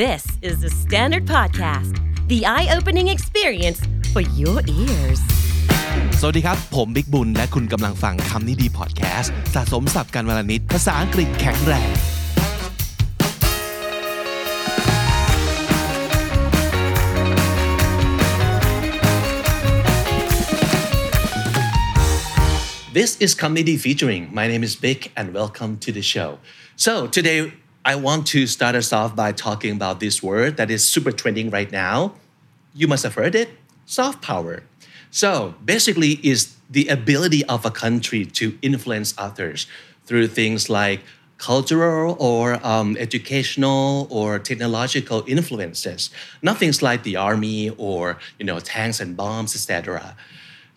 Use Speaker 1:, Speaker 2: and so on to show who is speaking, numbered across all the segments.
Speaker 1: This is the Standard Podcast, the eye opening experience for your ears.
Speaker 2: สวัสดีครับ ผมบิ๊กบุญ และคุณกำลังฟังคำนี้ดีพอดแคสต์สะสมสับการวลนิดภาษาอังกฤษแข็งแรง
Speaker 3: This is Comedy Featuring. My name is Vic and welcome to the show. So today I want to start us off by talking about this word that is super trending right now. You must have heard it, soft power. So basically is the ability of a country to influence others through things like cultural or um, educational or technological influences, not things like the army or you know tanks and bombs, etc.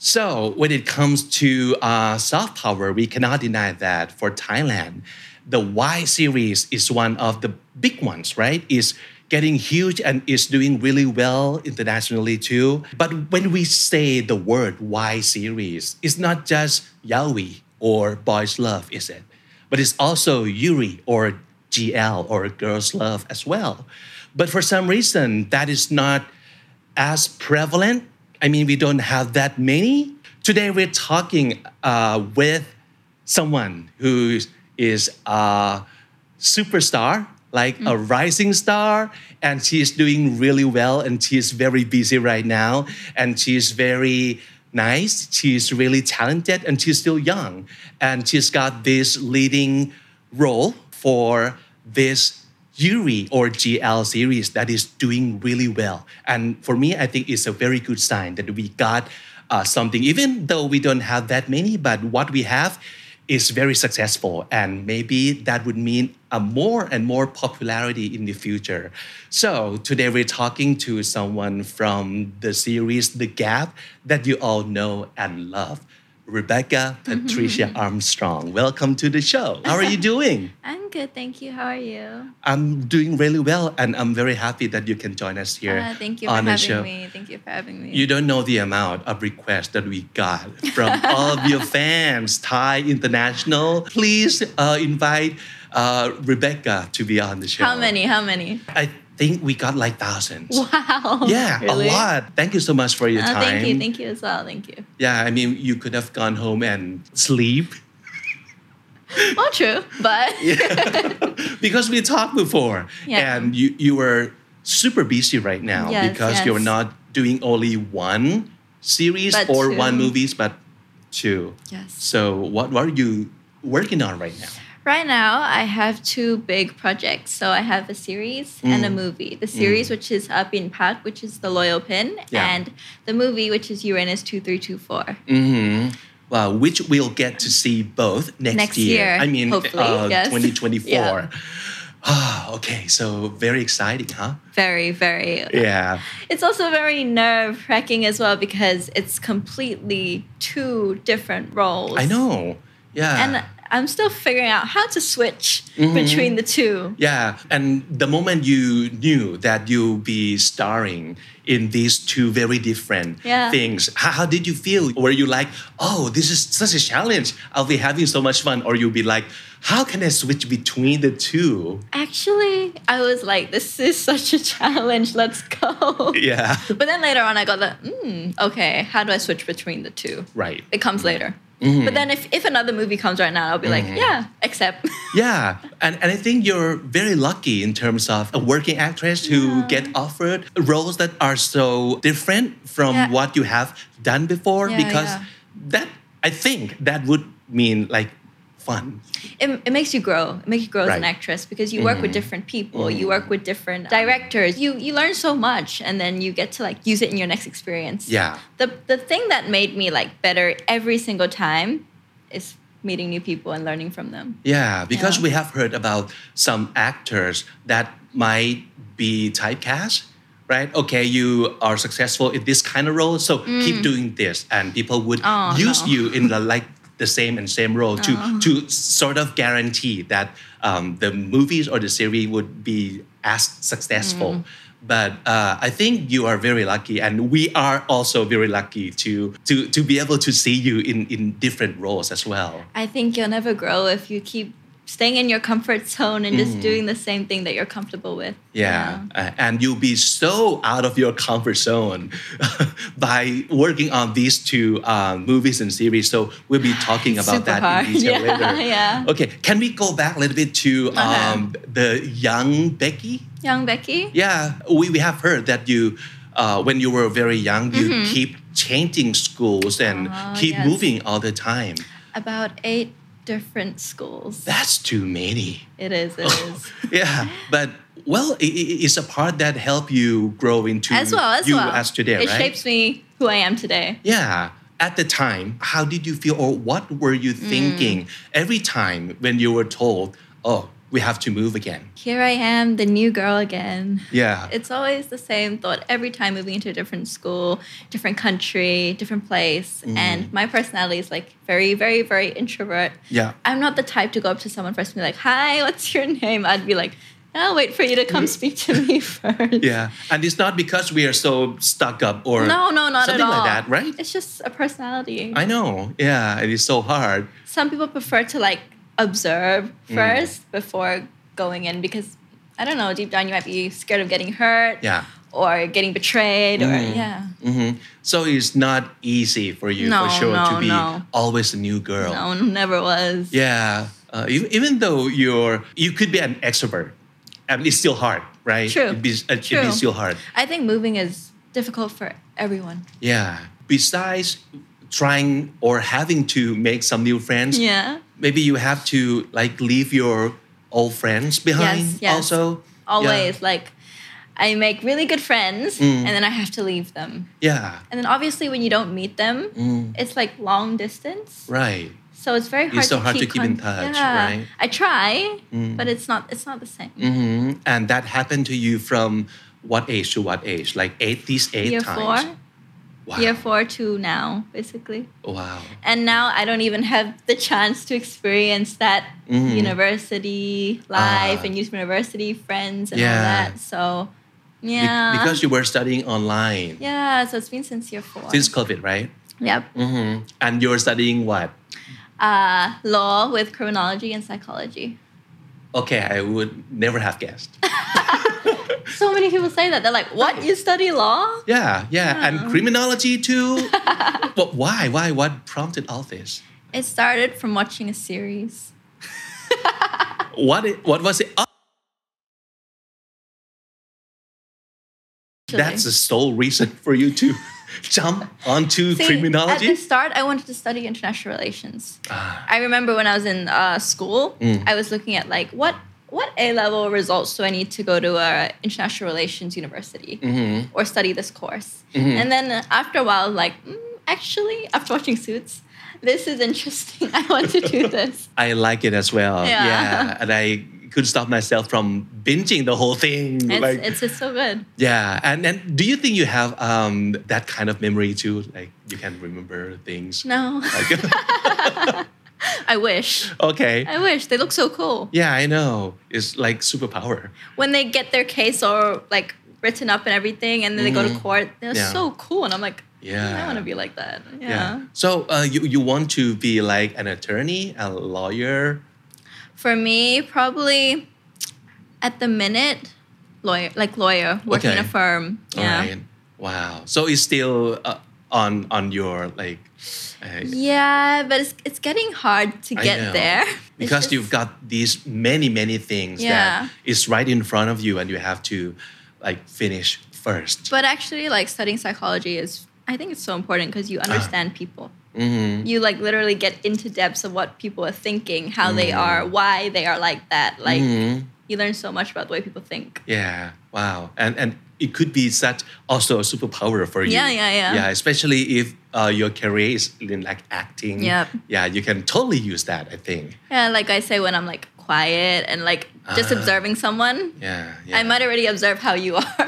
Speaker 3: So when it comes to uh, soft power, we cannot deny that for Thailand, the Y series is one of the big ones, right? Is getting huge and is doing really well internationally too. But when we say the word Y series, it's not just Yaoi or Boys Love, is it? But it's also Yuri or GL or Girls Love as well. But for some reason, that is not as prevalent. I mean, we don't have that many. Today, we're talking uh, with someone who is a superstar, like a rising star, and she is doing really well, and she is very busy right now, and she is very nice. She is really talented, and she's still young, and she's got this leading role for this Yuri or GL series that is doing really well. And for me, I think it's a very good sign that we got uh, something, even though we don't have that many, but what we have is very successful. And maybe that would mean a more and more popularity in the future. So today we're talking to someone from the series The Gap that you all know and love. Rebecca Patricia Armstrong, welcome to the show. How are you doing?
Speaker 4: I'm good, thank you. How are you?
Speaker 3: I'm doing really well, and I'm very happy that you can join us here.
Speaker 4: Uh, thank you for
Speaker 3: on the
Speaker 4: having
Speaker 3: show.
Speaker 4: me. Thank you for having me.
Speaker 3: You don't know the amount of requests that we got from all of your fans, Thai International. Please uh, invite uh, Rebecca to be on the show.
Speaker 4: how many? How many?
Speaker 3: I think we got like thousands.
Speaker 4: Wow.
Speaker 3: Yeah,
Speaker 4: Really?
Speaker 3: a lot. Thank you so much for your
Speaker 4: Uh,
Speaker 3: time.
Speaker 4: thank you. Thank you as well. Thank you.
Speaker 3: yeah, I mean, you could have gone home and sleep.
Speaker 4: Well, true, but
Speaker 3: because we talked before
Speaker 4: Yeah.
Speaker 3: and you you were super busy right now
Speaker 4: Yes,
Speaker 3: because
Speaker 4: yes.
Speaker 3: you're not doing only one series
Speaker 4: But
Speaker 3: or
Speaker 4: two.
Speaker 3: one movies but two
Speaker 4: Yes.
Speaker 3: so what, what are you working on right now
Speaker 4: right now I have two big projects. So I have a series and
Speaker 3: Mm.
Speaker 4: a movie. The series, which is Up in Pat, which is the Loyal Pin,
Speaker 3: Yeah.
Speaker 4: and the movie, which is Uranus two three two four.
Speaker 3: mm-hmm. well which we'll get to see both next,
Speaker 4: Next year,
Speaker 3: i mean
Speaker 4: hopefully,
Speaker 3: uh,
Speaker 4: yes.
Speaker 3: 2024
Speaker 4: Yeah.
Speaker 3: Ah, okay so very exciting huh
Speaker 4: Very, very
Speaker 3: yeah
Speaker 4: It's also very nerve wracking as well because it's completely two different roles.
Speaker 3: i know yeah
Speaker 4: And I'm still figuring out how to switch
Speaker 3: Mm-hmm.
Speaker 4: between the two.
Speaker 3: Yeah, and the moment you knew that you'll be starring in these two very different
Speaker 4: Yeah.
Speaker 3: things, how, how did you feel? Were you like, oh, this is such a challenge? I'll be having so much fun. Or you'll be like, how can I switch between the two?
Speaker 4: Actually, I was like, this is such a challenge. Let's go.
Speaker 3: Yeah.
Speaker 4: But then later on, I got the, mm, okay, how do I switch between the two?
Speaker 3: Right. Mm-hmm.
Speaker 4: It comes later. But then if, if another movie comes right now, I'll be like, yeah, except.
Speaker 3: Yeah, and, and I think you're very lucky in terms of a working actress who get offered roles that are so different from
Speaker 4: Yeah.
Speaker 3: what you have done before
Speaker 4: Yeah,
Speaker 3: because
Speaker 4: yeah.
Speaker 3: that I think that would mean like fun.
Speaker 4: it, it makes you grow. It makes you grow as an
Speaker 3: Right. Mm-hmm.
Speaker 4: actress because you work with different people, you work with different directors. You you learn so much, and then you get to like use it in your next experience.
Speaker 3: Yeah.
Speaker 4: The the thing that made me like better every single time is meeting new people and learning from them.
Speaker 3: Yeah, because
Speaker 4: Yeah.
Speaker 3: we have heard about some actors that might be typecast, right? Okay, you are successful in this kind of role, so keep doing this, and people would
Speaker 4: Mm. Oh,
Speaker 3: use
Speaker 4: no. Oh.
Speaker 3: you in the like the same and same role to to sort of guarantee that um, the movies or the series would be as successful.
Speaker 4: Mm.
Speaker 3: But uh, I think you are very lucky, and we are also very lucky to to to be able to see you in in different roles as well.
Speaker 4: I think you'll never grow if you keep staying in your comfort zone and just doing the same thing that you're comfortable with.
Speaker 3: Mm. Yeah.
Speaker 4: Uh-huh.
Speaker 3: Uh, and you'll be so out of your comfort zone by working on these two uh, movies and series. So we'll be talking about
Speaker 4: Super
Speaker 3: that
Speaker 4: hard.
Speaker 3: in detail
Speaker 4: Yeah,
Speaker 3: later.
Speaker 4: yeah. Uh-huh.
Speaker 3: Okay. Can we go back a little bit to um, the young Becky?
Speaker 4: Young Becky.
Speaker 3: Yeah. We, we have heard that you, uh, when you were very young, you keep changing schools and keep
Speaker 4: Mm-hmm. Oh, yes.
Speaker 3: moving all the time.
Speaker 4: About eight different schools.
Speaker 3: That's too many.
Speaker 4: It is. It
Speaker 3: Oh.
Speaker 4: is.
Speaker 3: yeah, but well, i- i- it's a part that help you grow into
Speaker 4: as well as
Speaker 3: you
Speaker 4: well.
Speaker 3: as today,
Speaker 4: it
Speaker 3: right?
Speaker 4: shapes me who I am today.
Speaker 3: yeah. At the time, how did you feel, or what were you
Speaker 4: Mm.
Speaker 3: thinking every time when you were told, "Oh, we have to move again"?
Speaker 4: Here I am, the new girl again.
Speaker 3: Yeah,
Speaker 4: It's always the same thought every time moving into a different school, different country, different place.
Speaker 3: Mm-hmm.
Speaker 4: And my personality is like very, very, very introvert.
Speaker 3: yeah.
Speaker 4: I'm not the type to go up to someone first and be like, hi, what's your name? I'd be like, I'll wait for you to come speak to me first.
Speaker 3: Mm-hmm. Yeah, and it's not because we are so stuck up or
Speaker 4: No, no, not
Speaker 3: something
Speaker 4: at all.
Speaker 3: like that, right?
Speaker 4: It's just a personality.
Speaker 3: I know. Yeah, it is so hard.
Speaker 4: Some people prefer to like observe
Speaker 3: Mm.
Speaker 4: first before going in because I don't know, deep down you might be scared of getting hurt
Speaker 3: Yeah.
Speaker 4: or getting betrayed or yeah.
Speaker 3: hmm So it's not easy for you,
Speaker 4: No,
Speaker 3: for sure,
Speaker 4: no,
Speaker 3: to be
Speaker 4: no.
Speaker 3: always a new girl.
Speaker 4: No, never was.
Speaker 3: Oh. Yeah, uh, e- even though you're you could be an extrovert, I mean, it's still hard, right?
Speaker 4: True.
Speaker 3: It'd be, it'd be
Speaker 4: True.
Speaker 3: still hard.
Speaker 4: I think moving is difficult for everyone.
Speaker 3: Yeah. Besides trying or having to make some new friends,
Speaker 4: Yeah.
Speaker 3: maybe you have to like leave your old friends behind.
Speaker 4: Yes, yes.
Speaker 3: Also, Yeah.
Speaker 4: Always like I make really good friends
Speaker 3: Mm.
Speaker 4: and then I have to leave them.
Speaker 3: Yeah.
Speaker 4: And then obviously when you don't meet them,
Speaker 3: Mm.
Speaker 4: it's like long distance.
Speaker 3: Right.
Speaker 4: So it's very hard,
Speaker 3: so
Speaker 4: to,
Speaker 3: hard to
Speaker 4: keep
Speaker 3: keep in
Speaker 4: con-
Speaker 3: touch,
Speaker 4: yeah.
Speaker 3: right? Mm.
Speaker 4: I try, but it's not it's not the same.
Speaker 3: hmm And that happened to you from what age to what age? Like eight, these eight
Speaker 4: year
Speaker 3: times.
Speaker 4: four,
Speaker 3: Wow.
Speaker 4: year four to now, basically.
Speaker 3: Wow.
Speaker 4: And now I don't even have the chance to experience that university life
Speaker 3: Mm-hmm. Ah.
Speaker 4: and university friends and all
Speaker 3: Yeah.
Speaker 4: that. So
Speaker 3: Be-
Speaker 4: yeah,
Speaker 3: because you were studying online
Speaker 4: yeah. So it's been since year four.
Speaker 3: since COVID, right?
Speaker 4: yep.
Speaker 3: Mm-hmm. And you're studying what?
Speaker 4: Uh, law with criminology and psychology.
Speaker 3: Okay, I would never have guessed.
Speaker 4: So many people say that they're like, "What you study law?"
Speaker 3: Yeah, yeah,
Speaker 4: Oh.
Speaker 3: and criminology too. but why? Why? What prompted all this?
Speaker 4: It started from watching a series.
Speaker 3: What? i- What was it? Oh,
Speaker 4: actually.
Speaker 3: that's the sole reason for you to jump onto
Speaker 4: See,
Speaker 3: criminology.
Speaker 4: At the start, I wanted to study international relations.
Speaker 3: Ah.
Speaker 4: I remember when I was in uh, school,
Speaker 3: Mm.
Speaker 4: I was looking at like what what A level results do I need to go to a international relations university
Speaker 3: Mm-hmm.
Speaker 4: or study this course? And then uh, after a while, I'm like mm, actually, after watching Suits, this is interesting. I want to do this.
Speaker 3: I like it as well.
Speaker 4: Yeah.
Speaker 3: and I couldn't stop myself from binging the whole thing.
Speaker 4: It's,
Speaker 3: like,
Speaker 4: it's just so good.
Speaker 3: yeah, and and do you think you have um that kind of memory too? Like you can remember things.
Speaker 4: No,
Speaker 3: Like,
Speaker 4: I wish.
Speaker 3: okay.
Speaker 4: I wish they look so cool.
Speaker 3: Yeah, I know. It's like superpower.
Speaker 4: when they get their case or like written up and everything, and then they go to court, they're
Speaker 3: Mm-hmm. Yeah.
Speaker 4: so cool. And I'm like, "Mm,
Speaker 3: Yeah.
Speaker 4: I want to be like that. Yeah.
Speaker 3: So uh, you you want to be like an attorney, a lawyer?
Speaker 4: For me, probably at the minute, lawyer, like lawyer, working in a
Speaker 3: Okay.
Speaker 4: firm. Yeah.
Speaker 3: Alright. Wow. So it's still uh, on on your like uh,
Speaker 4: Yeah, but it's, it's getting hard to
Speaker 3: I know.
Speaker 4: get there. It's
Speaker 3: because
Speaker 4: just-
Speaker 3: you've got these many many things
Speaker 4: Yeah.
Speaker 3: that is right in front of you and you have to like finish first.
Speaker 4: But actually, like studying psychology is, I think it's so important because
Speaker 3: Ah.
Speaker 4: you understand people.
Speaker 3: Mm-hmm.
Speaker 4: You like literally get into depths of what people are thinking, how they
Speaker 3: Mm-hmm.
Speaker 4: are, why they are like that. Like you learn so much about the way people think.
Speaker 3: Yeah. Wow. And and it could be such also a superpower for you.
Speaker 4: Yeah, yeah, yeah.
Speaker 3: Yeah, especially if uh, your career is in like acting.
Speaker 4: Yep.
Speaker 3: Yeah, you can totally use that. I think.
Speaker 4: Yeah, like I say when I'm like quiet and like just
Speaker 3: Ah.
Speaker 4: observing someone,
Speaker 3: Yeah. yeah.
Speaker 4: I might already observe how you are.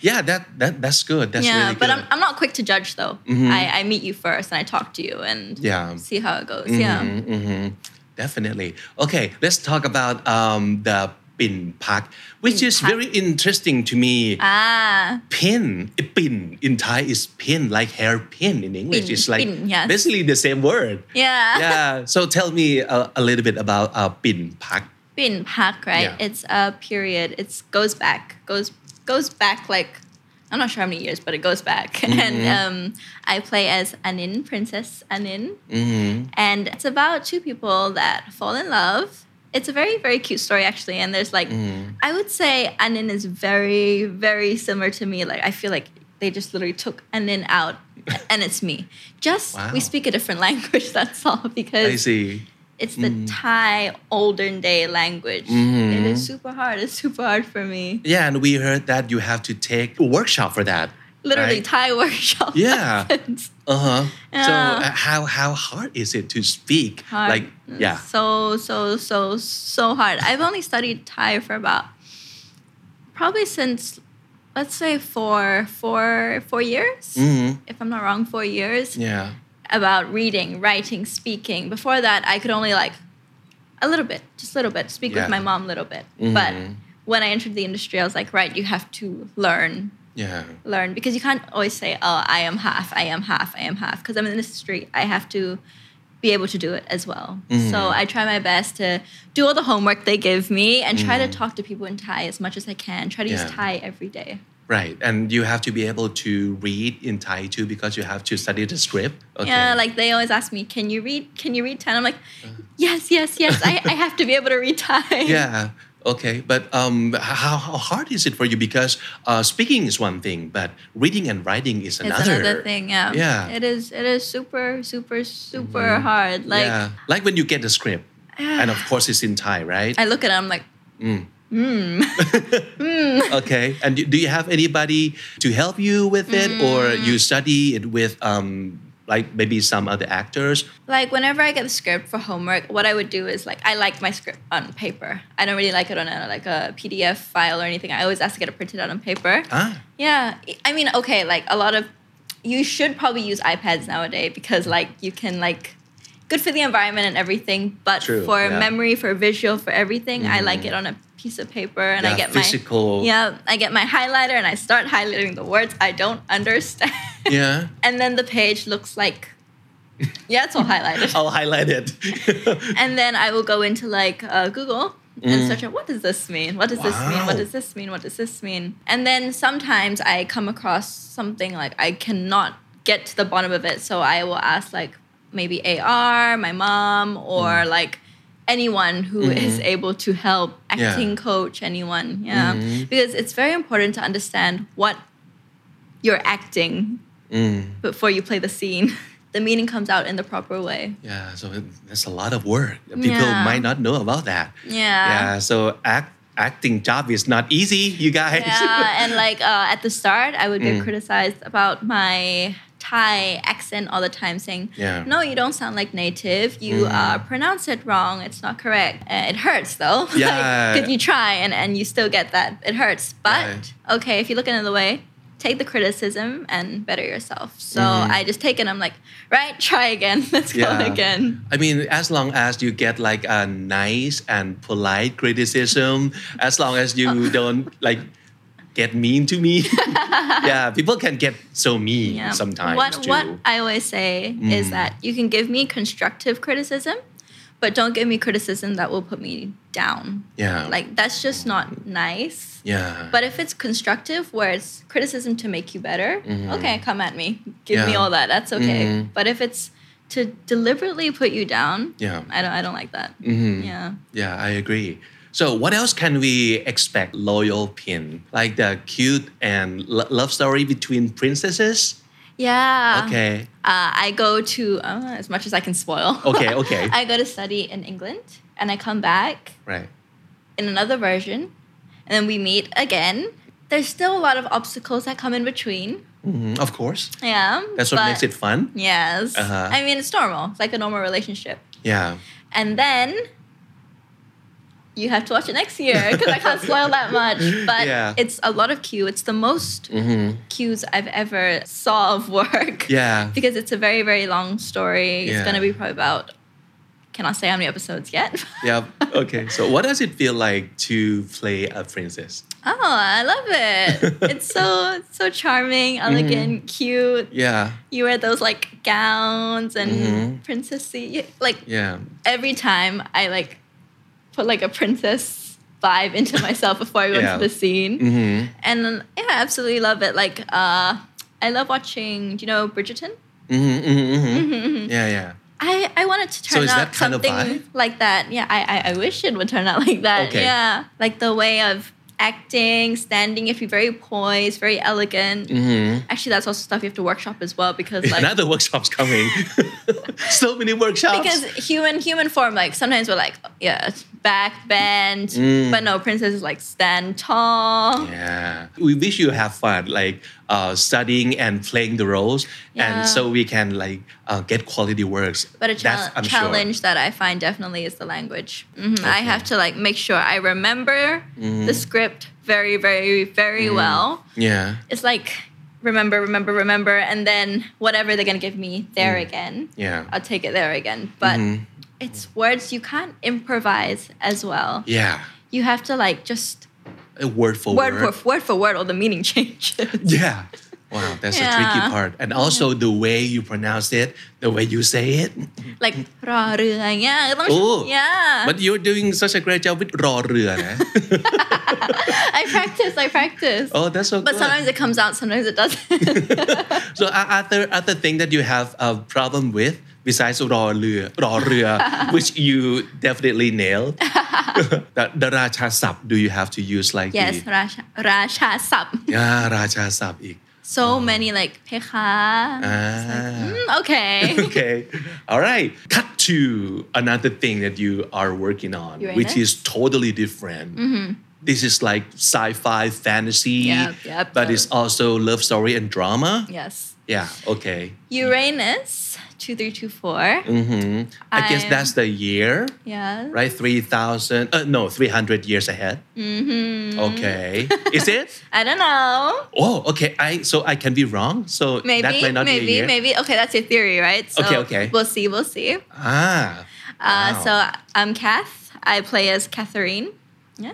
Speaker 3: yeah, that that that's good. That's
Speaker 4: yeah,
Speaker 3: really good. Mm-hmm.
Speaker 4: but I'm, I'm not quick to judge though. I, I meet you first and I talk to you and
Speaker 3: Yeah. Mm-hmm.
Speaker 4: see how it goes. Yeah.
Speaker 3: Definitely. Okay, let's talk about um, the Bin Pak, which is very interesting to me.
Speaker 4: Ah,
Speaker 3: Pin, eh, pin in Thai is pin, like hairpin in English.
Speaker 4: Pin,
Speaker 3: it's like
Speaker 4: pin, yes.
Speaker 3: basically the same word.
Speaker 4: yeah.
Speaker 3: yeah. So tell me a, a little bit about uh, Bin Pak.
Speaker 4: Bin Pak, right?
Speaker 3: Yeah.
Speaker 4: It's a period. It's goes back, goes goes back like I'm not sure how many years, but it goes back.
Speaker 3: Mm-hmm.
Speaker 4: And um, I play as Anin, Princess Anin,
Speaker 3: Mm-hmm,
Speaker 4: and it's about two people that fall in love. It's a very very cute story actually, and there's like
Speaker 3: Mm.
Speaker 4: I would say Anin is very very similar to me. Like I feel like they just literally took Anin out, and it's me. Just
Speaker 3: Wow.
Speaker 4: we speak a different language. That's all because
Speaker 3: I see. Mm. Mm-hmm.
Speaker 4: it's the Thai olden day language. It is super hard. It's super hard for me.
Speaker 3: Yeah, and we heard that you have to take a workshop for that.
Speaker 4: Literally,
Speaker 3: right?
Speaker 4: Thai workshop.
Speaker 3: Yeah.
Speaker 4: lessons.
Speaker 3: Uh-huh. So
Speaker 4: Yeah.
Speaker 3: uh, how how hard is it to speak?
Speaker 4: Hard.
Speaker 3: Like yeah.
Speaker 4: So so so so hard. I've only studied Thai for about probably since let's say four four four years.
Speaker 3: Mhm.
Speaker 4: If I'm not wrong, four years.
Speaker 3: Yeah.
Speaker 4: about reading, writing, speaking. Before that, I could only like a little bit, just a little bit, speak
Speaker 3: Yeah. Mm-hmm.
Speaker 4: with my mom a little bit. But when I entered the industry, I was like, right, you have to learn,
Speaker 3: Yeah.
Speaker 4: learn, because you can't always say, oh, I am half, I am half, I am half. Because I'm in the industry, I have to be able to do it as well. So
Speaker 3: Mm-hmm.
Speaker 4: I try my best to do all the homework they give me and try to talk to people in Thai as much as I can. Try to
Speaker 3: Mm-hmm. Yeah.
Speaker 4: use Thai every day.
Speaker 3: Right. And you have to be able to read in Thai too because you have to study the script. Okay.
Speaker 4: Yeah, like they always ask me, "Can you read? Can you read Thai?" I'm like, "Yes, yes, yes. I, I have to be able to read Thai."
Speaker 3: Uh-huh. Yeah. Okay. But um, how, how hard is it for you? Because uh, speaking is one thing, but reading and writing is
Speaker 4: it's
Speaker 3: another.
Speaker 4: another, thing. Yeah,
Speaker 3: Yeah. Mm-hmm.
Speaker 4: It is. It is super, super, super hard. Like
Speaker 3: yeah. Like when you get the script, and of course it's in Thai, right?
Speaker 4: I look at it, I'm like,
Speaker 3: okay. And do- do you have anybody to help you with it, or
Speaker 4: Mm.
Speaker 3: you study it with um, like maybe some other actors?
Speaker 4: like whenever I get the script for homework, what I would do is like I like my script on paper. I don't really like it on a, like a PDF file or anything. I always ask to get it printed out on paper.
Speaker 3: Ah.
Speaker 4: Yeah, I mean, okay, like a lot of you should probably use iPads nowadays because like you can like good for the environment and everything, but
Speaker 3: True,
Speaker 4: for
Speaker 3: yeah. Mm.
Speaker 4: memory, for visual, for everything, I like it on a piece of paper and
Speaker 3: Yeah,
Speaker 4: I get
Speaker 3: physical.
Speaker 4: my yeah, I get my highlighter and I start highlighting the words I don't understand,
Speaker 3: Yeah.
Speaker 4: and then the page looks like yeah, it's all highlighted.
Speaker 3: I'll highlight it.
Speaker 4: And then I will go into like uh, Google and search out what does this mean? What does this mean?
Speaker 3: Mm. Wow.
Speaker 4: What does this mean? What does this mean? And then sometimes I come across something like I cannot get to the bottom of it. So I will ask like maybe AR, my mom, or
Speaker 3: Mm.
Speaker 4: like anyone who is able to help,
Speaker 3: Mm-hmm. Yeah. Mm-hmm.
Speaker 4: acting coach, anyone. Yeah. Because it's very important to understand what you're acting
Speaker 3: Mm,
Speaker 4: before you play the scene. The meaning comes out in the proper way.
Speaker 3: yeah. So it- that's a lot of work. People
Speaker 4: Yeah.
Speaker 3: might not know about that.
Speaker 4: Yeah.
Speaker 3: Yeah. So act, acting job is not easy, you guys. Mm.
Speaker 4: Yeah, and like uh, at the start, I would get criticized about my Thai accent all the time, saying,
Speaker 3: Yeah. Mm.
Speaker 4: "No, you don't sound like native. You uh, pronounce it wrong. It's not correct. Uh, it hurts, though.
Speaker 3: Yeah.
Speaker 4: like, could you try and and you still get that? It hurts, but
Speaker 3: Right.
Speaker 4: okay. If you look another way." Take the criticism and better yourself. So I just take it. I'm like, right, try again. Let's
Speaker 3: Mm-hmm. Yeah.
Speaker 4: go again.
Speaker 3: I mean, as long as you get like a nice and polite criticism, as long as you don't like get mean to me. yeah, people can get so mean
Speaker 4: Yeah.
Speaker 3: sometimes
Speaker 4: What
Speaker 3: too. Mm.
Speaker 4: what I always say is that you can give me constructive criticism, but don't give me criticism that will put me down.
Speaker 3: Yeah.
Speaker 4: Like that's just not nice.
Speaker 3: yeah.
Speaker 4: But if it's constructive, where it's criticism to make you better, okay, come at me. Give me
Speaker 3: Mm-hmm. Yeah.
Speaker 4: all that. That's okay.
Speaker 3: Mhm.
Speaker 4: But if it's to deliberately put you down,
Speaker 3: Yeah. Mm-hmm.
Speaker 4: I don't I don't like that. Yeah.
Speaker 3: yeah, I agree. So what else can we expect loyal pin? Like the cute and lo- love story between princesses?
Speaker 4: Yeah.
Speaker 3: Okay.
Speaker 4: Uh, I go to uh, as much as I can spoil.
Speaker 3: Okay, okay.
Speaker 4: I go to study in England, and I come back,
Speaker 3: Right.
Speaker 4: in another version, and then we meet again. There's still a lot of obstacles that come in between.
Speaker 3: Mhm, Of course.
Speaker 4: Yeah.
Speaker 3: That's what
Speaker 4: but-
Speaker 3: makes it fun.
Speaker 4: Yes.
Speaker 3: Uh-huh.
Speaker 4: I mean, it's normal. It's like a normal relationship.
Speaker 3: Yeah.
Speaker 4: And then you have to watch it next year because I can't spoil that much. But
Speaker 3: Yeah.
Speaker 4: it's a lot of cue. It's the most cues I've ever saw of work.
Speaker 3: Mm-hmm. Yeah.
Speaker 4: Because it's a very, very long story.
Speaker 3: Yeah.
Speaker 4: It's going to be probably about cannot say how many episodes yet.
Speaker 3: Yeah. Okay. So, what does it feel like to play a princess?
Speaker 4: oh, I love it. It's so so charming,
Speaker 3: Mm-hmm.
Speaker 4: elegant, cute.
Speaker 3: Yeah.
Speaker 4: You wear those like gowns and
Speaker 3: Mm-hmm.
Speaker 4: princessy. Like
Speaker 3: Yeah.
Speaker 4: every time I like put like a princess vibe into myself before I go
Speaker 3: Yeah. Mm.
Speaker 4: into the scene. Mm-hmm. And um, yeah, I absolutely love it. Like uh, I love watching. Do you know Bridgerton?
Speaker 3: Mm-hmm, mm-hmm, mm-hmm. Yeah. Yeah.
Speaker 4: I, I wanted to
Speaker 3: So
Speaker 4: turn
Speaker 3: is that
Speaker 4: out
Speaker 3: kind of
Speaker 4: something
Speaker 3: vibe?
Speaker 4: like that. Yeah, I, I, I wish it would turn out like that.
Speaker 3: Okay.
Speaker 4: Yeah. Like the way of acting, standing, if you're very poised, very elegant.
Speaker 3: Mm-hmm.
Speaker 4: Actually, that's also stuff you have to workshop as well because like
Speaker 3: Another workshop's coming. so many workshops.
Speaker 4: because human human form like sometimes we're like yeah back bend
Speaker 3: Mm.
Speaker 4: but no princess is like stand tall
Speaker 3: Yeah. We wish you have fun, like uh, studying and playing the roles,
Speaker 4: Yeah.
Speaker 3: and so we can like uh, get quality works.
Speaker 4: But a chal-
Speaker 3: That's- I'm sure.
Speaker 4: challenge that I find definitely is the language. Mhm. I have to like make sure I remember
Speaker 3: Mm-hmm.
Speaker 4: the script very, very, very
Speaker 3: Mm.
Speaker 4: well.
Speaker 3: Yeah.
Speaker 4: It's like remember, remember, remember, and then whatever they're gonna give me there
Speaker 3: Mm.
Speaker 4: again,
Speaker 3: Yeah.
Speaker 4: I'll take it there again. But
Speaker 3: Mm-hmm.
Speaker 4: it's words you can't improvise as well.
Speaker 3: Yeah.
Speaker 4: You have to like just
Speaker 3: A word for
Speaker 4: word
Speaker 3: word.
Speaker 4: for word for word, or the meaning changes.
Speaker 3: Yeah. Wow, that's a tricky
Speaker 4: Yeah.
Speaker 3: part. And also the way you pronounce it, the way you say it.
Speaker 4: like รอเรือ yeah,
Speaker 3: Oh.
Speaker 4: yeah.
Speaker 3: But you're doing such a great job with eh? รอเรือนะ
Speaker 4: I practice, I practice.
Speaker 3: Oh, that's so
Speaker 4: But
Speaker 3: good.
Speaker 4: sometimes it comes out, sometimes it doesn't.
Speaker 3: So are, are there other thing that you have a problem with besides รอเรือ รอเรือ which you definitely nailed? the, the ราชาศัพท์ do you have to use like
Speaker 4: yes,
Speaker 3: the,
Speaker 4: Rasha Rasha Sap.
Speaker 3: yeah, ราชาศัพท์อีก
Speaker 4: So
Speaker 3: Oh.
Speaker 4: many like pecha.
Speaker 3: Ah.
Speaker 4: Mm, okay.
Speaker 3: okay. All right. Cut to another thing that you are working on,
Speaker 4: Uranus?
Speaker 3: which is totally different. This is like sci-fi fantasy,
Speaker 4: Mm-hmm. Yep, yep,
Speaker 3: but
Speaker 4: yep.
Speaker 3: it's also love story and drama.
Speaker 4: yes.
Speaker 3: Yeah. Okay.
Speaker 4: Uranus two three two four.
Speaker 3: hmm I guess
Speaker 4: I'm-
Speaker 3: that's the year,
Speaker 4: Yeah.
Speaker 3: right? Three thousand. Uh, no, three hundred years ahead. Oh.
Speaker 4: Mm-hmm.
Speaker 3: Okay. is it?
Speaker 4: I don't know.
Speaker 3: Oh, okay. I so I can be wrong. So that
Speaker 4: Maybe,
Speaker 3: might not be a
Speaker 4: maybe,
Speaker 3: year.
Speaker 4: maybe. Okay, that's your theory, right? So
Speaker 3: Okay, okay.
Speaker 4: We'll see, we'll see.
Speaker 3: Ah.
Speaker 4: Uh,
Speaker 3: Wow.
Speaker 4: so I'm Kath. I play as Catherine. Yeah.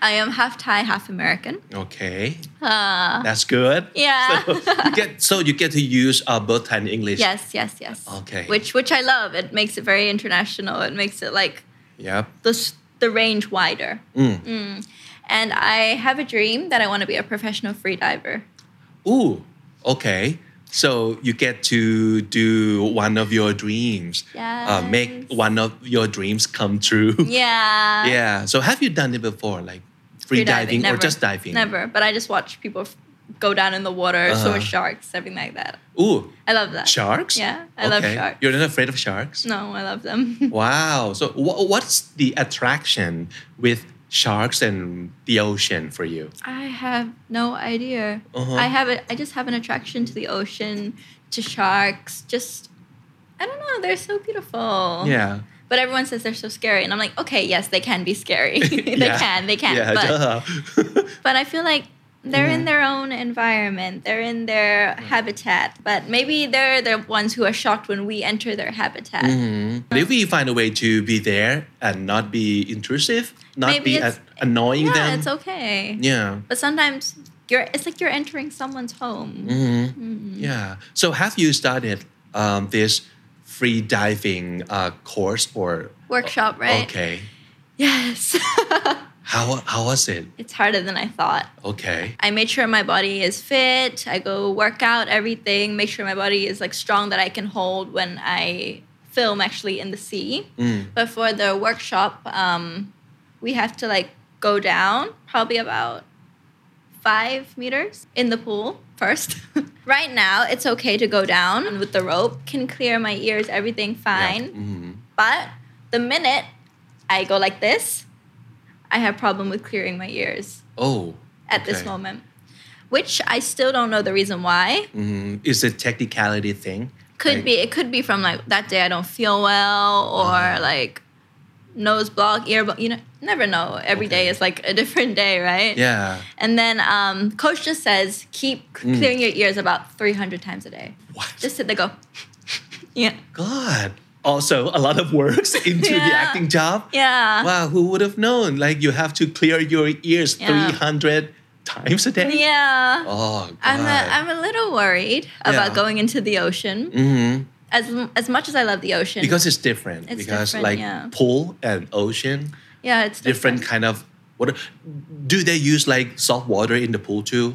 Speaker 4: I am half Thai, half American.
Speaker 3: Okay.
Speaker 4: Uh,
Speaker 3: That's good.
Speaker 4: Yeah.
Speaker 3: So you get so you get to use uh, both Thai and English.
Speaker 4: Yes, yes, yes.
Speaker 3: Okay.
Speaker 4: Which which I love. It makes it very international. It makes it like
Speaker 3: Yep.
Speaker 4: the s- the range wider.
Speaker 3: Mm.
Speaker 4: Mm. And I have a dream that I want to be a professional free diver.
Speaker 3: Ooh. Okay. So you get to do one of your dreams. Uh, make
Speaker 4: Yes.
Speaker 3: one of your dreams come true.
Speaker 4: Yeah.
Speaker 3: Yeah. So have you done it before, like free, diving, or
Speaker 4: never.
Speaker 3: just diving?
Speaker 4: Never. But I just watch people f- go down in the water, so
Speaker 3: Uh-huh.
Speaker 4: with sharks, everything like that.
Speaker 3: Ooh.
Speaker 4: I love that.
Speaker 3: Sharks.
Speaker 4: Yeah, I love
Speaker 3: Okay.
Speaker 4: sharks.
Speaker 3: You're not afraid of sharks.
Speaker 4: No, I love them.
Speaker 3: Wow. So wha what's the attraction with sharks and the ocean for you?
Speaker 4: I have no idea.
Speaker 3: Uh-huh.
Speaker 4: I have a, I just have an attraction to the ocean, to sharks. Just I don't know. They're so beautiful.
Speaker 3: Yeah.
Speaker 4: But everyone says they're so scary, and I'm like, okay, yes, they can be scary. they
Speaker 3: Yeah.
Speaker 4: can, they can.
Speaker 3: Yeah.
Speaker 4: but
Speaker 3: duh. Mm-hmm.
Speaker 4: but I feel like they're in their own environment. They're in their
Speaker 3: Mm.
Speaker 4: habitat. But maybe they're the ones who are shocked when we enter their habitat.
Speaker 3: Mm-hmm. But if we find a way to be there and not be intrusive, not
Speaker 4: Maybe
Speaker 3: be
Speaker 4: it's-
Speaker 3: a- annoying
Speaker 4: Yeah,
Speaker 3: them.
Speaker 4: it's okay.
Speaker 3: Yeah.
Speaker 4: But sometimes you're it's like you're entering someone's home.
Speaker 3: Mm. Mm-hmm.
Speaker 4: Mm-hmm.
Speaker 3: Yeah. So have you started um, this free diving uh, course or
Speaker 4: Workshop, right?
Speaker 3: okay?
Speaker 4: Yes.
Speaker 3: How how was it?
Speaker 4: it's harder than I thought.
Speaker 3: Okay.
Speaker 4: I made sure my body is fit. I go work out everything, make sure my body is like strong that I can hold when I film actually in the sea.
Speaker 3: Mm.
Speaker 4: But for the workshop, um, we have to like go down probably about five meters in the pool first. right now, it's okay to go down with the rope, can clear my ears, everything fine.
Speaker 3: hmm
Speaker 4: But the minute I go like this, I have problem with clearing my ears
Speaker 3: Oh.
Speaker 4: at this moment, which I still don't know the reason why.
Speaker 3: hmm It's a technicality thing.
Speaker 4: Could
Speaker 3: Like-
Speaker 4: be it could be from like that day I don't feel well or
Speaker 3: Uh-huh.
Speaker 4: like nose block, ear block. You know, never know. Every day
Speaker 3: Okay.
Speaker 4: is like a different day, right?
Speaker 3: Yeah.
Speaker 4: And then um, coach just says keep c-
Speaker 3: Mm.
Speaker 4: clearing your ears about three hundred times a day.
Speaker 3: What?
Speaker 4: Just sit there, go. yeah.
Speaker 3: God. also a lot of works into the
Speaker 4: Yeah.
Speaker 3: acting job.
Speaker 4: Yeah.
Speaker 3: Wow, who would have known? Like you have to clear your ears
Speaker 4: Yeah.
Speaker 3: 300 times a day.
Speaker 4: Yeah.
Speaker 3: Oh, God.
Speaker 4: I'm a, I'm a little worried
Speaker 3: Yeah. Mm.
Speaker 4: about going into the ocean. Mm-hmm. As as much as I love the ocean,
Speaker 3: because it's different.
Speaker 4: It's
Speaker 3: because
Speaker 4: different,
Speaker 3: like
Speaker 4: yeah.
Speaker 3: pool and ocean,
Speaker 4: yeah, it's
Speaker 3: different
Speaker 4: different.
Speaker 3: kind of water. Do they use like salt water in the pool too?